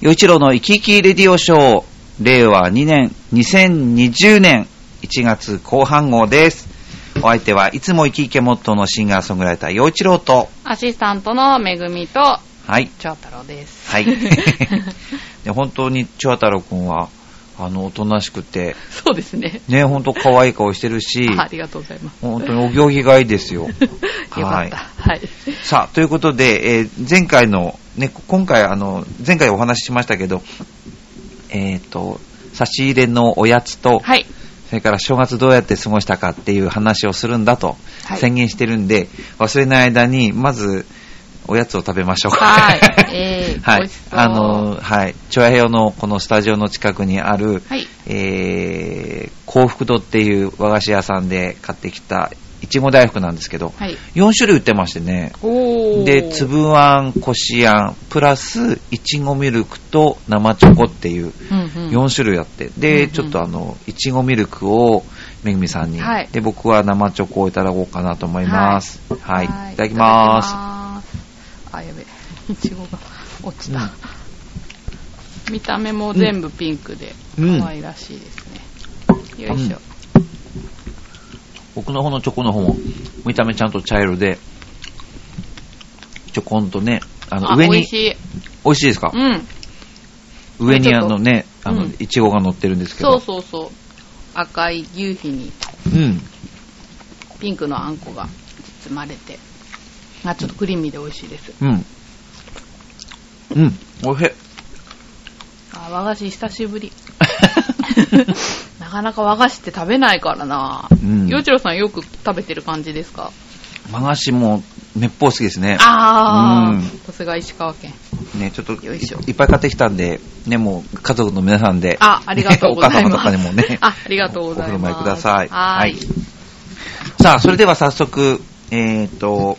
洋一郎の生き生きレディオショー、令和2年、2020年1月後半号です。お相手はいつも生き生きモットーのシンガーソングライター洋一郎と、アシスタントのめぐみと、はい、長太郎です。 はい。で本当に千太郎くんは、あの、おとなしくて、そうですね。ね、本当可愛い顔してるし、あありがとうございます。本当にお行儀がいいです よ。よかった。はい。さあ、ということで、えー前回の、ね、今回、あの、前回お話ししましたけど、えっ、と、差し入れのおやつと、はい。それから正月どうやって過ごしたかっていう話をするんだとはい宣言してるんで、忘れない間に、まず、おやつを食べましょうか。 はいえーは美い味し。そうあの、はい。チョアヘヨのこのスタジオの近くにある、はいえー、幸福堂っていう和菓子屋さんで買ってきた、いちご大福なんですけど、はい。 4種類売ってましてね。おー。で、粒あん、こしあん、プラス、いちごミルクと生チョコっていう、うんうん、 4種類あって、で、うんうんちょっとあの、いちごミルクをめぐみさんに、はいで、僕は生チョコをいただこうかなと思います。はい、い、ただきいまただきますあ、やべ。いちごが落ちうた。ん見た目も全部ピンクで、うん可愛らしいですね。よいしょ。す。僕の方のチョコの方も、見た目ちゃんと茶色で、ちょこんとね、あの、あ、上美に味、しい。美味しいですかう、ん。上にちあょっのとね、あの、うんいちごが乗ってるんですけそど。うそうそう。赤い牛皮にうん。ピンクのあんこが包まれて。あ、ちょっとクリーミーで美味しいです。うん。うん。おいしい。あ和菓子久し ぶりなかなか和菓子って食べないからなうん洋一郎さんよく食べてる感じですか和菓子も、めっぽう好きですね。あうんあさすが石川県ね、ちょっとよいしょいっぱい買ってきたんで、ね、もう家族の皆さんで、あありがとうございますねお母様とかにもね、 あありがとうござお振いまする舞いください。はーいさあ、それでは早速、えっ、と、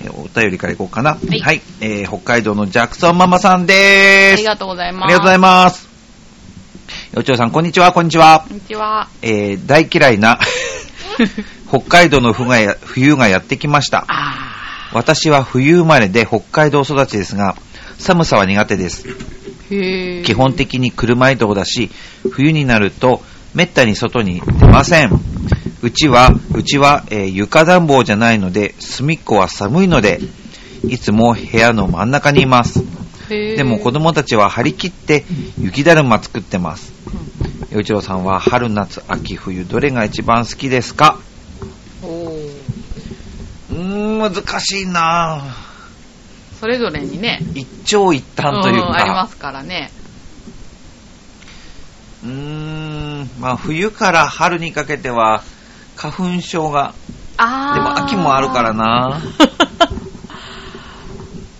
えーお便りからいこうかな。はいえー北海道のジャクソンママさんであす。りがとうございますありがとうございまます。よちおさん、こんにちは、こんにちはす。こんにちはえー大嫌い な北海道の冬がや冬がやってきました。あ私は冬生まれで北海道育ちですが、寒さは苦手です。ーへえ基本的に車移動だし、冬になるとめったに外に出ません。うちは、うちは、えー床暖房じゃないので、隅っこは寒いので、いつも部屋の真ん中にいます。でも子供供たちは張り切って雪だるま作ってます。洋一郎さんは春、夏、秋、冬、どれが一番好きですかおーうーん、難しいなぁ。それぞれにね一長一短というか。んありますからねうーん、まあ冬から春にかけては花粉症が、ああでも秋もあるから な。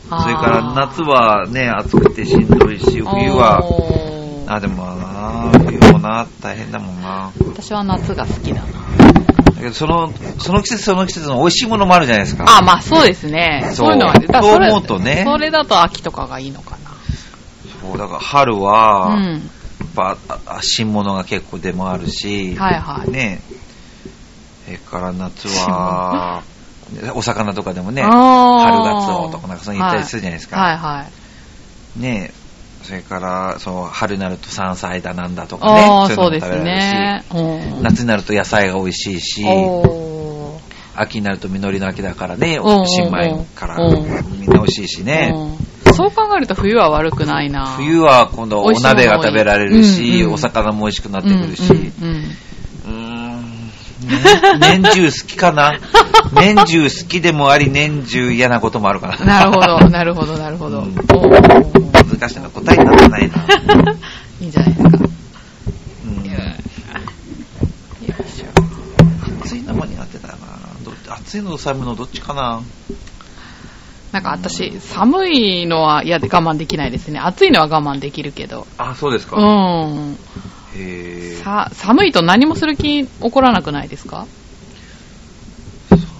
それから夏はね、暑くてしんどいし、冬は、はあ、でもな、冬もな、大変だもんな。私は夏が好きだな。だけどその、その季節その季節の美味しいものもあるじゃないですか。あ、まあそうですね。そうそういうのは、だからそれそう思うとねそれだと秋とかがいいのかそう、だから春は、な。うやん。っぱ、ああ新物が結構出回るし、はいはいね、それから夏 は、お魚とかでもね、あ春ーガツオとかなんかそういうの言ったりするじゃないですか。はいはい。ねえ、それから、そう、春になると山菜だなんだとかね。ああ、いそのうもで食すべられるしね。うん夏になると野菜が美味しいし、おー秋になると実りの秋だからねおうおうお、う新米からおうみんな美味しいしね。うんそう考えると冬は悪くないな。冬は今度お鍋が食べられる美味しいし、もの多いうんうんお魚も美味しくなってうんくるし、ううんうんーん、ね年中好きか な年中好きでもあり、年中嫌なこともあるかな。なる ほど、なるほど、なるほど。うんおー難しいな答えになってないな。 いいんじゃないですか。うんよいしょ暑いのも苦手だなど暑いのと寒いのどっちかななんか私、寒いのは嫌で我慢できないですね。暑いのは我慢できるけど。あそうですか、うん。へえさ寒いと何もする気起こらなくないですか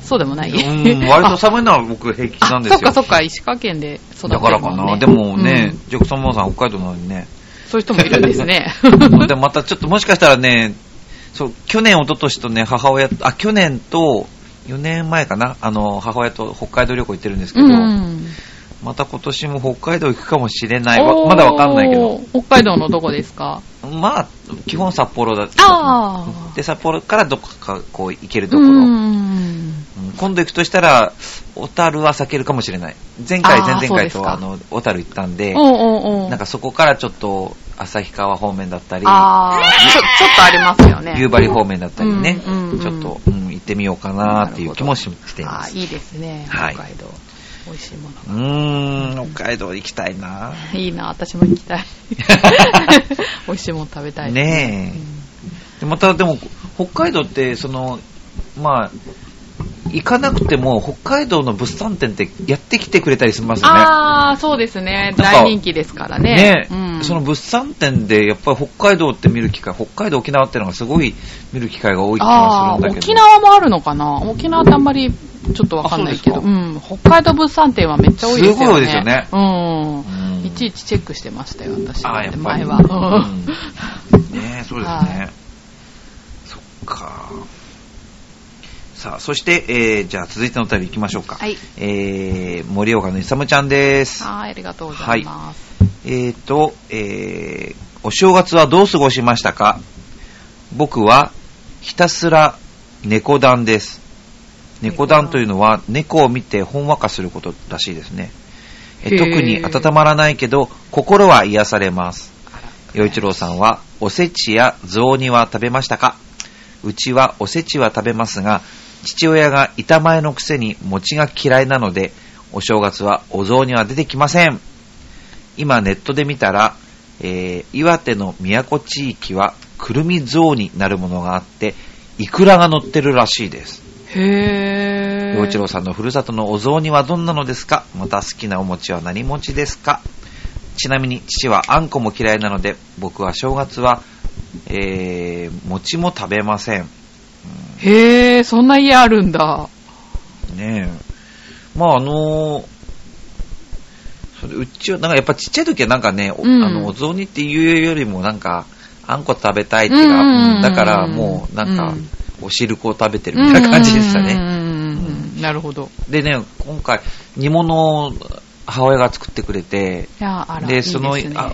そうでもないうん割と寒いのは僕平気 あなんですよあそっかそっか石川県で育ってるだからかな、ねでもねう、んジョクソンモンさん北海道なのに ねそういう人もいるんですねでまたちょっともしかしたらねそう去年一昨年とね母親あ去年と4年前かなあの母親と北海道旅行行ってるんですけ うど、んまた今年も北海道行くかもしれない。わまだわかんないけど。おー。北海道のどこですかまあ、基本札幌だあーで、札幌からどこかこう行けるとうころ。ん。うん今度行くとしたら、小樽は避けるかもしれない。前回、あー前々回とそうですかはあの、小樽行ったんで、おうおうおうなんかそこからちょっと、旭川方面だったり、あーちょ、ちょっとありますよね。夕張方面だったりね、うんうんうんちょっと、うん、行ってみようかなっていう気もししていまあす。ーいいですね。北はい海道。美味しいもうのーん、北海道行きたいな。が。いいな、私も行きた い。美味しいもの食べたい。ねえでまたでも、北海道って、その、まあ、行かなくても、北海道の物産展ってやってきてくれたりしますよね。あー、そうですね。なんか大人気ですからねね。うんその物産展でやっぱり北海道って見る機会、北海道、沖縄ってのがすごい見る機会が多い気があするんーだけど。沖縄もあるのかな沖縄ってあんまりちょっとわかんないけど、あう、そうん北海道物産展はめっちゃ多いですよね。すごい多いですよねうん。うんいちいちチェックしてましたよ、私あだーやっってぱり前は。うんうんねえそうですね。はいそっか。さあ、そして、えーじゃあ続いてのお便り行きましょうか。はいえー、森岡のいさむちゃんです。 はい、ありがとうございます。えーと、えーお正月はどう過ごしましたか僕は、ひたすら猫団です。猫団というのは、猫を見てほんわかすることらしいですね。えへー特に温まらないけど、心は癒されます。洋一郎さんは、おせちや雑煮は食べましたかうちはおせちは食べますが、父親が板前のくせに餅が嫌いなので、お正月はお雑煮は出てきません。今ネットで見たら、えー岩手の宮古地域はくるみ雑煮なるものがあって、いくらが乗ってるらしいです。へー。洋一郎さんのふるさとのお雑煮はどんなのですかまた好きなお餅は何餅ですかちなみに父はあんこも嫌いなので、僕は正月は、えー餅も食べません。へー、そんな家あるんだ。ねえ。まああのーそれうちは、なんかやっぱちっちゃい時はなんかね、おうんあの、お雑煮っていうよりもなんか、あんこ食べたいってういんううんか、うんうんうんだからもうなんかうん、お汁粉を食べてるみたいな感じでしたうんうんね。うんうんなるほど。でね、今回、煮物を母親が作ってくれて、いやーあら、でいいですそのね。あ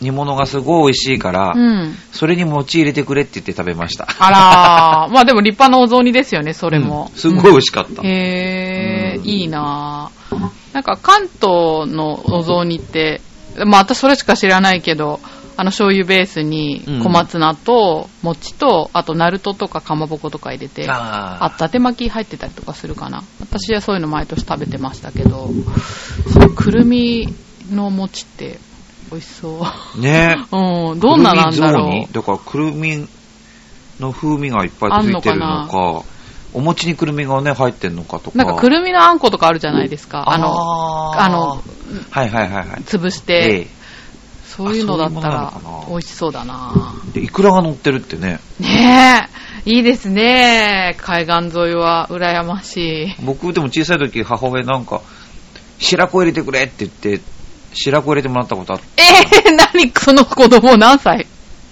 煮物がすごい美味しいから、うん。それに餅入れてくれって言って食べました。あらー、まあでも立派なお雑煮ですよね、それも。うんすごい美味しかった。へえ、うんいいなぁなんか関東のお雑煮って、まあ私それしか知らないけど、あの醤油ベースにうん小松菜と餅と、あとナルトとかかまぼことか入れて、ああ伊達巻き入ってたりとかするかな。私はそういうの毎年食べてましたけど、そのくるみの餅って美味しそう。ーねえ。うん、どんななんだろくるみ雑煮だからくるみの風味がいっぱいついてるのあんかのお餅にくるみがね入ってんのかとう。かなんかくるみのあんことかあるじゃないですか。あの、あーあの、はいはいはいはい潰して、でそういうのだったあそういうものなのらかな美味しそうだなでいくらが乗ってるってねねえ、いいですね。海岸沿いは羨ましい。僕でも小さい時母親なんか白子入れてくれって言って白子入れてもらったことあっえー、何その子供何歳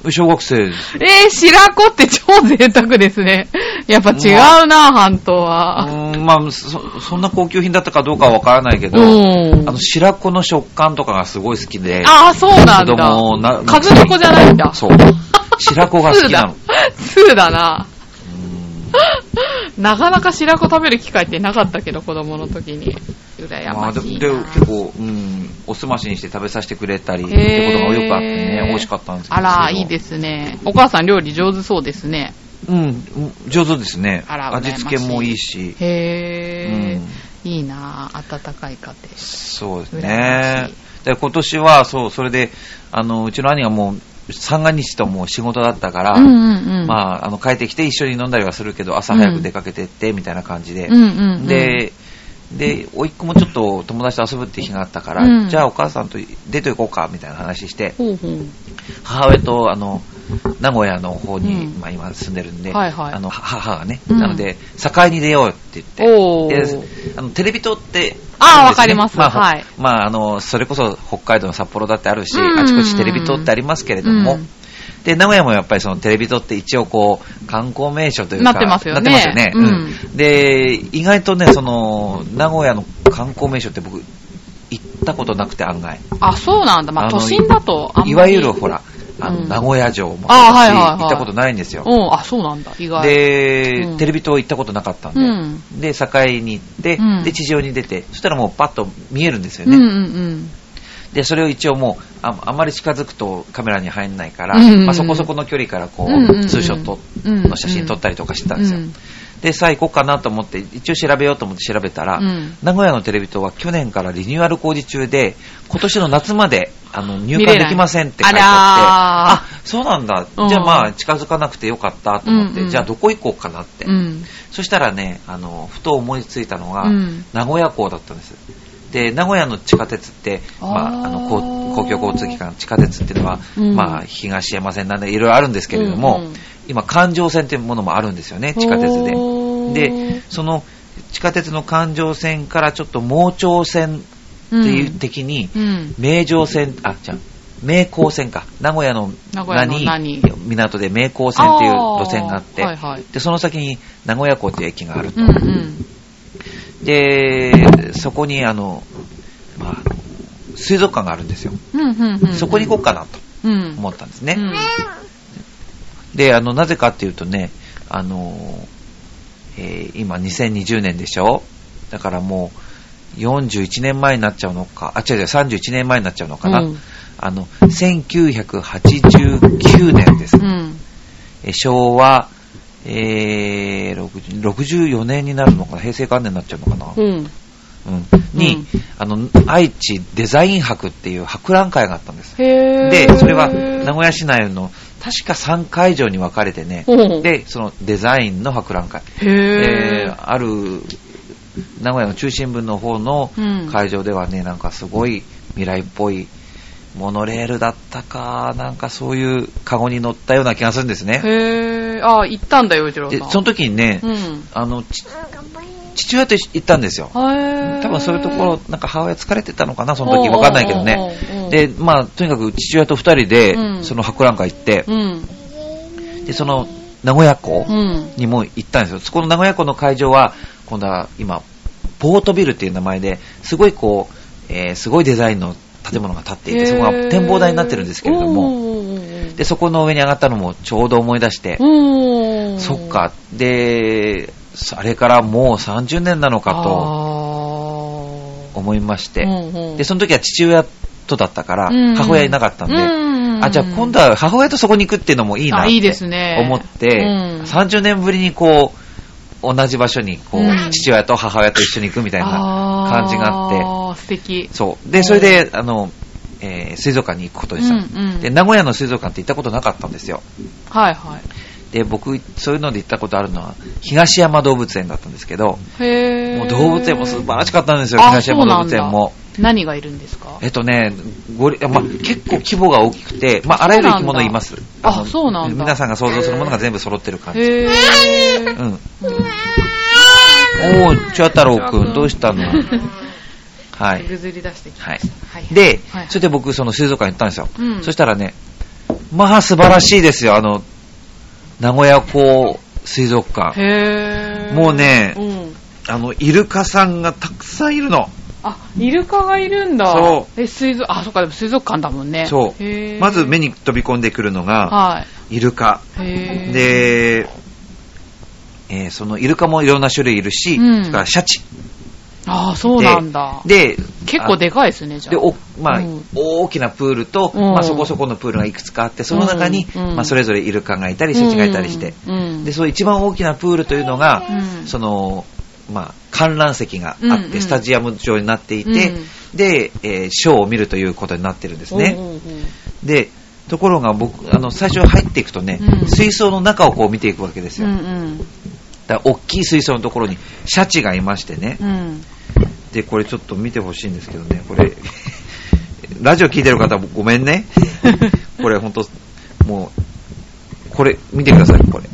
て小学生ですえー、白子って超贅沢ですね。やっぱ違うな、半島うは。ーんまあそそんな高級品だったかどうかはわからないけうど、んあ。の白子の食感とかがすごい好きでああ、そうなん子供をな。だ数の子じゃないんだ。そう白子が好きなの 通だ。通だな。なかなか白子食べる機会ってなかったけど、子供の時に。羨まあまでしいでな。結構、うん、おすましにして食べさせてくれたりってことがよくあってね、へー美味しかったんですけど。あら、いいですね。お母さん料理上手そうですね。うん、上手ですね。あら羨ましい味付けもいいし。へー。いいなぁ暖かい家庭。そうです羨まねし。で今年は、そう、それで、あの、うちの兄がもう、三が日ともう仕事だったから、うんうんうん。まあ、あ、あの、帰ってきて一緒に飲んだりはするけど、朝早く出かけてって、みたいな感じで。うんうんうん、で、で、甥っ子もちょっと友達と遊ぶって日があったから、うんじゃあお母さんと出て行こうか、みたいな話して、ほうほう。母親とあの名古屋の方に、うんまあ、今住んでるんで、はいはいあのは母がね、うんなので境に出ようって言っておでー。あのテレビ塔ってあーるんでねわかりますまあほはいまああのそれこそ北海道の札幌だってあるし、うんあちこちテレビ塔ってありますけれども、うんで名古屋もやっぱりそのテレビ塔って一応こう観光名所というかなってますよねなってますよね、うんうんで意外とねその名古屋の観光名所って僕行ったことなくて案外。あ、そうなんだ。まあ、あ都の心だとあんまり。いわゆるほら、あの、うん名古屋城もあはいはいはい行ったことないんですよ。うん、あ、そうなんだ。意外。、で、うんテレビ塔行ったことなかったんで、うんで、境に行って、うんで、地上に出て、そしたらもうパッと見えるんですようんね。うんで、それを一応もうあ、あまり近づくとカメラに入んないから、うんうんうんまあ、そこそこの距離からこう、うんうんうんツーショットの写真撮ったりとかしてたんですよ。うんで、さあ行こうかなと思って、一応調べようと思って調べたら、うん名古屋のテレビ塔は去年からリニューアル工事中で、今年の夏まであの入見館れでないきませんって書いてああらって、あそうなんだ、うんじゃあまあ近づかなくてよかったと思って、うんうんじゃあどこ行こうかなって、うん。うん。そしたらねあの、ふと思いついたのが、うん名古屋港だったんです。で、名古屋の地下鉄って、まああ、ーあの公公共交通機関、地下鉄っていうのは、うんまあ、東山線なんでいろいろあるんですけれども、うんうん今、環状線というものもあるんですよね、地下鉄で。ほーで、その地下鉄の環状線からちょっと盲腸線っていう的に、うん。名城線、あ、じゃあ名港線か。名古屋の名古屋の何港で名港線っていう路線があって、あーはいはいで、その先に名古屋港っていう駅があると。うんうん。で、そこにあの、まあ、水族館があるんですよ。うんうんうん。そこに行こうかなとう。うん。思ったんですね。うんで、あの、なぜかっていうとね、あのー、えー今2020年でしょだからもう41年前になっちゃうのか、あ、違う違う、31年前になっちゃうのかな。うんあの、1989年です。うん。えー昭和、えー60 64年になるのかな平成元年になっちゃうのかな、うん。うんに、うんあの、愛知デザイン博っていう博覧会があったんです。へー。で、それは名古屋市内の確か3会場に分かれてね、ほうで、そのデザインの博覧会、へえー。ーある名古屋の中心部の方のうん会場ではね、なんかすごい未来っぽいモノレールだったか、なんかそういうカゴに乗ったような気がするんですね。へー。あー、行ったんだよ、一郎で、さん。その時にね、うん。あの、ち父親と行ったんですよ。へー。多分そういうところ、なんか母親疲れてたのかな、その時。おうおうわかんないけどねおうお。うで、まあ、とにかく父親と二人うで、んその博覧会行ってう、ん。で、その名古屋港うん。にも行ったんですよ。そこの名古屋港の会場は、今度は今、ポートビルっていう名前で、すごいこう、えーすごいデザインの建物が建っていて、そこが展望台になってるんですけれども、もで、そこの上に上がったのもちょうど思い出して、うん。そっか、で、あれからもう30年なのかとと思いまして、で、そその時は父親とだったから、うん母親いなかったんで、あ、じゃあ今度はは母親とそこに行くっていうのもいいなっていいですね。思って、うん30年ぶりにこう、同じ場所にこう、うん父親と母親と一緒に行くみたいな感じがあって、あー素敵。そう。で、それで、あの、えー水族館に行くことにした、うんうんで、名古屋の水族館って行ったことなかったんですよ。はいはい。で、僕、そういうので行ったことあるのは、東山動物園だったんですけど、へーもう動物園も素晴らしかったんですよ、あ東そう山な動ん物だ園も。何がいるんですかえっとね、ゴリまあ、結構規模が大きくて、まあ、あらゆる生き物います。あのそうなんだ皆さんが想像するものが全部揃ってる感じ。へうーん。おー、チュア太郎くん、どう したのはぐい。ずり出してきはまいした。はい。ではいはい、それで僕、その水族館行ったんですよ。うんそしたらね、まあ素晴らしいですよ、あの、名古屋港水族館。へーもうねんあの、イルカさんがたくさんいるの。あ、イルカがいるんだ。。そうえ、水族、あ、そっか、でも水族館だもんね。そう。まず目に。に飛び込んでくるのが、はい。イルカ。へー、で、えーそのイルカもいろんな種類いるし、うんそれからシャチ。ああ、そうなんだ。で、結構でかいですね、じゃあ。で、おまあうん大きなプールと、うんまあ、そこそこのプールがいくつかあって、その中に、うんうんまあ、それぞれイルカがいたり、シャチがいたりして、うんで、その一番大きなプールというのが、うんその、まあ、観覧席があって、うんうんスタジアム状になっていて、うんで、えーショーを見るということになってるんですね。うんうんうんで、ところが僕、あの、最初入っていくとね、うん水槽の中をこう見ていくわけですうよ。んだから大きい水槽のところにシャチがいましてね、うん。うん。で、これちょっと見てほしいんですけどね、これ、 ラジオ聞いてる方ごめん ね。これ本当もう、これ見てください、これ。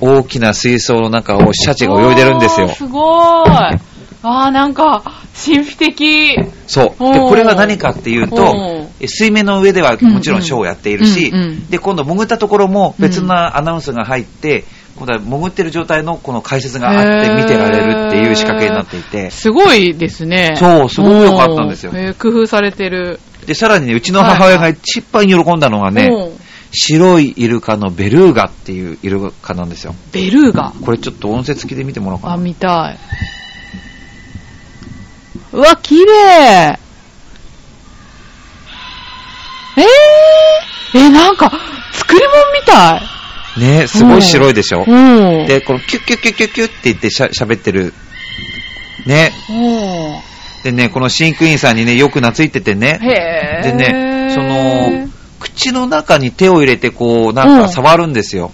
大きな水槽の中をシャチが泳いでるんですよあー。すごーい。あー、なんか、神秘的。そう。おで、ーこれが何かっていうとお、え水面の上ではもちろんショーをやっているしうんうんうんう、んで、今度潜ったところも別なアナウンスが入って、今度は潜ってる状態のこの解説があって見てられるっていう仕掛けになっていて、すごいですね。そうすごい良かったんですようんへー工夫されてる。で、さらにね、うちの母親が一番喜んだのがね、うん白いイルカのベルーガっていうイルカなんですよ。ベルーガ。これちょっと音声付きで見てもらおうかな。あ、見たい。うわ、綺麗えー、え、なんか、作り物みたい。ね、すごい白いでしょう。ん。で、このキュッキュッキュッキュッキュッって言ってしゃ喋ってる。ね。うん、でね、この飼育員さんにね、よく懐いててね。へーでね、その、口の中に手を入れてこう、なんうかん触るんですよ。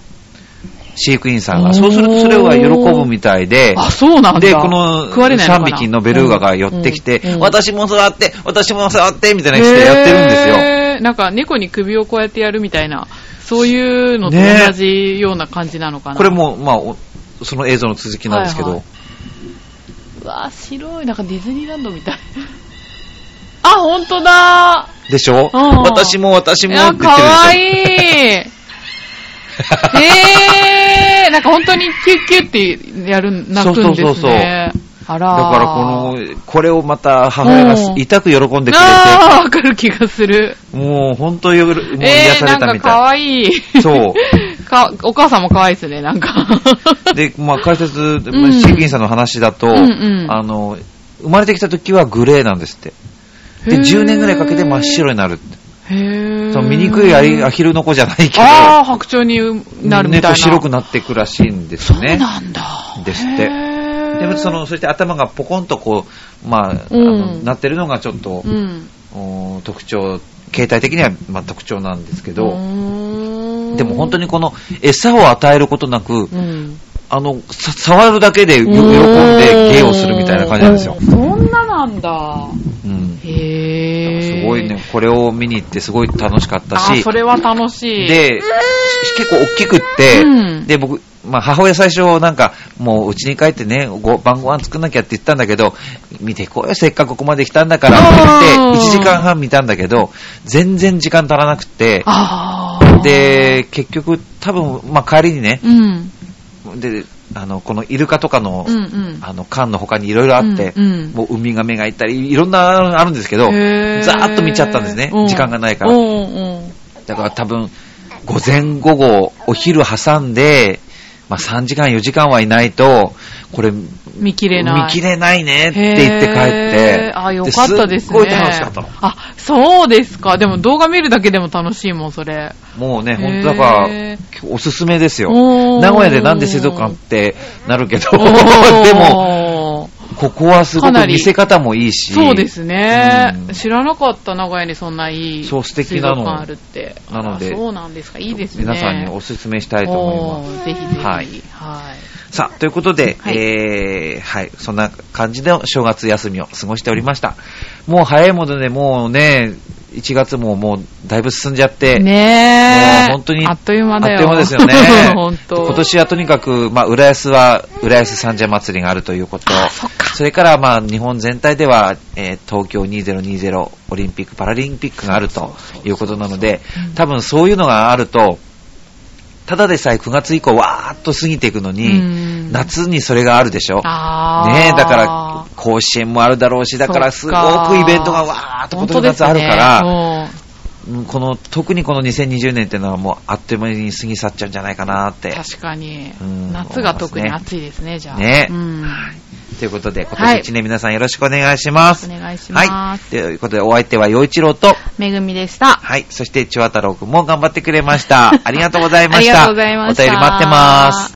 飼育員さんおが。ーそうするとそれは喜ぶみたいで。あ、そうなんだ。で、この食われないのか3な匹のベルーガが寄ってきて、うんうん私も座って、私も座って、みたいなしてやってるんですよ。へーなんか猫に首をこうやってやるみたいな、そういうのと同じような感じなのかな。これも、まあ、おその映像の続きなんですけど、はいはうわ白い、なんかディズニーランドみたい。あ、ほんとだでしょうん私も私いもっや、てか言って るでしわいいょ。えー、なんか本当にキュッキュッってやる、泣くんですね。そうそうそうそうあらだからこの、これをまた母親うがん痛く喜んでくれて、あーわかる気がする。もう本当によもう癒えー、さなれんたかみかたわいい。い。そう。 か、お母さんもかわいいですね、なんか。で、まあ解説、ん飼育員さんの話だと、うんうんあの、生まれてきた時はグレーなんですって。へで、ー10年ぐらいかけて真っ白になるって。へその醜いアリアヒルの子じゃないけど、ああ、白鳥になるみたいな。猫白くなっていくらしいんですね。そうなんだ。ですってへーでもそ、のそして頭がポコンとこう、まああのうんなってるのがちょっとう、ん。お特徴形態的には、まあ、特徴なんですけど、でも本当に、にこの餌を与えることなく、うん、あのさ触るだけでよ喜んで芸をするみたいな感じなんですよう、んそんななんだ。うん、へえ。すごいね。これを見に行ってすごい楽しかったあ、しそれは楽しい。、で、し結構大きくって、うんで、僕、まあ、母親最初なんか、もううちに帰ってね、ご晩ご飯作んなきゃって言ったんだけど、見てこうよ、せっかくここまで来たんだからって言あっーて、1時間半見たんだけど、全然時間足らなくて、ああ。、で、結局、多分、まあ、帰りにね、うん。で、あの、このイルカとかの、うんうん。あの、缶の他にいろいろあって、うんうんもうウミガメがいたり、いろんなのあるんですけど、ざへーーっと見ちゃったんですね、うん時間がないからう。んうん。だから多分、午前午後、お昼挟んで、まあ3時間4時間はいないと、これ、見見切れない。切れないねって言って帰ってへ。ーあ、よかったですね。っごい楽しかったの。あ、そうですか。でも動画見るだけでも楽しいもん、それ。もうね、本へー当だから、おすすめですよ。おー名古屋でなんで水族館ってなるけど、おー でも、、ここはすごかなくり見せ方もいいし、 そうですね、うん知らなかった、名古屋にそんないいそう素敵なの水族館あるって。なのであそうなんですか。いいですね。皆さんにおすすめしたいと思います。おーぜひぜひ。はいはいさあ、ということで、はいえー、はい、そんな感じで正月休みを過ごしておりました。もう早いもので、もうね、1月ももうだいぶ進んじゃって、ねもえ。う本当にあっという間だよ。あっという間ですよね。 本当。今年はとにかく、まあ、浦安は、浦安三社祭りがあるということ。あそっかれから、まあ、日本全体では、えー東京2020オリンピック・パラリンピックがあるということなので、多分そういうのがあると、ただでさえ9月以降、わーっと過ぎていくのに、うん夏にそれがあるでしょ。あーねえ、だから、甲子園もあるだろうし、だからすそごっかくイベントがわーっと今年の夏あるか本ら、当ですねうんこの、特にこの2020年っていうのはもうあっという間に過ぎ去っちゃうんじゃないかなっうんて。確かにうん。夏が特に暑いですね、じゃあ。ねうん。ということで、今年1年皆さんよろしくお願いします。お願いしますはい。ということで、お相手は陽一郎と、めぐみでした。はい。そして、千和太郎くんも頑張ってくれました。ありがとうございました。 ありがとうございましたお便り待ってます。